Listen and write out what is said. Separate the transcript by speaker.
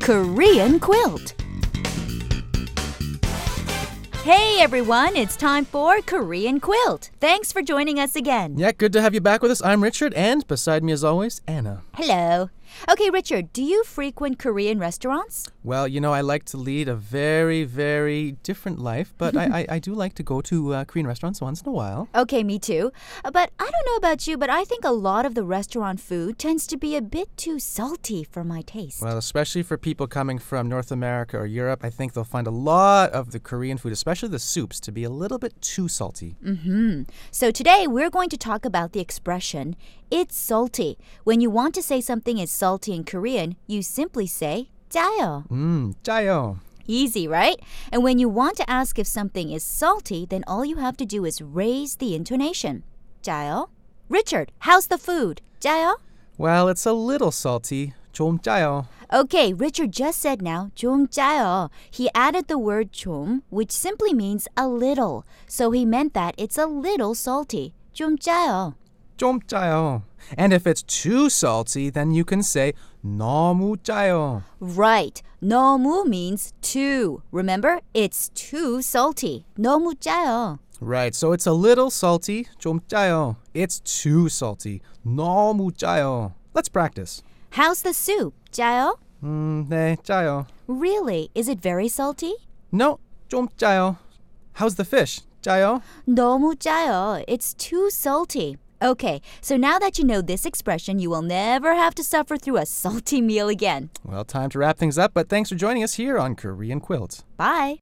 Speaker 1: Korean Quilt. Hey everyone, it's time for Korean Quilt. Thanks for joining us again.
Speaker 2: Yeah, good to have you back with us. I'm Richard, and beside me, as always, Anna.
Speaker 1: Hello. Okay, Richard, do you frequent Korean restaurants?
Speaker 2: Well, you know, I like to lead a very, very different life, but I, I, I do like to go to uh, Korean restaurants once in a while.
Speaker 1: Okay, me too. Uh, But I don't know about you, but I think a lot of the restaurant food tends to be a bit too salty for my taste.
Speaker 2: Well, especially for people coming from North America or Europe, I think they'll find a lot of the Korean food, especially the soups, to be a little bit too salty.
Speaker 1: So today we're going to talk about the expression it's salty. When you want to say something is salty in Korean, you simply say 짜요.
Speaker 2: Mmm, jayo.
Speaker 1: Easy, right? And when you want to ask if something is salty, then all you have to do is raise the intonation. 짜요. Richard, how's the food? 짜요?
Speaker 2: Well, it's a little salty. 좀 짜요.
Speaker 1: Okay, Richard just said now 좀 짜요. He added the word 좀, which simply means a little. So he meant that it's a little salty. 좀 짜요.
Speaker 2: 좀 짜요. And if it's too salty, then you can say 너무 짜요.
Speaker 1: Right. 너무 means too. Remember, it's too salty. 너무 짜요.
Speaker 2: Right, so it's a little salty. 좀 짜요. It's too salty. 너무 짜요. Let's practice.
Speaker 1: How's the soup? 짜요?
Speaker 2: 음, 네, 짜요.
Speaker 1: Really? Is it very salty?
Speaker 2: No, 좀 짜요. How's the fish? 짜요?
Speaker 1: 너무 짜요. It's too salty. Okay, so now that you know this expression, you will never have to suffer through a salty meal again.
Speaker 2: Well, time to wrap things up, but thanks for joining us here on Korean Quilt.
Speaker 1: Bye.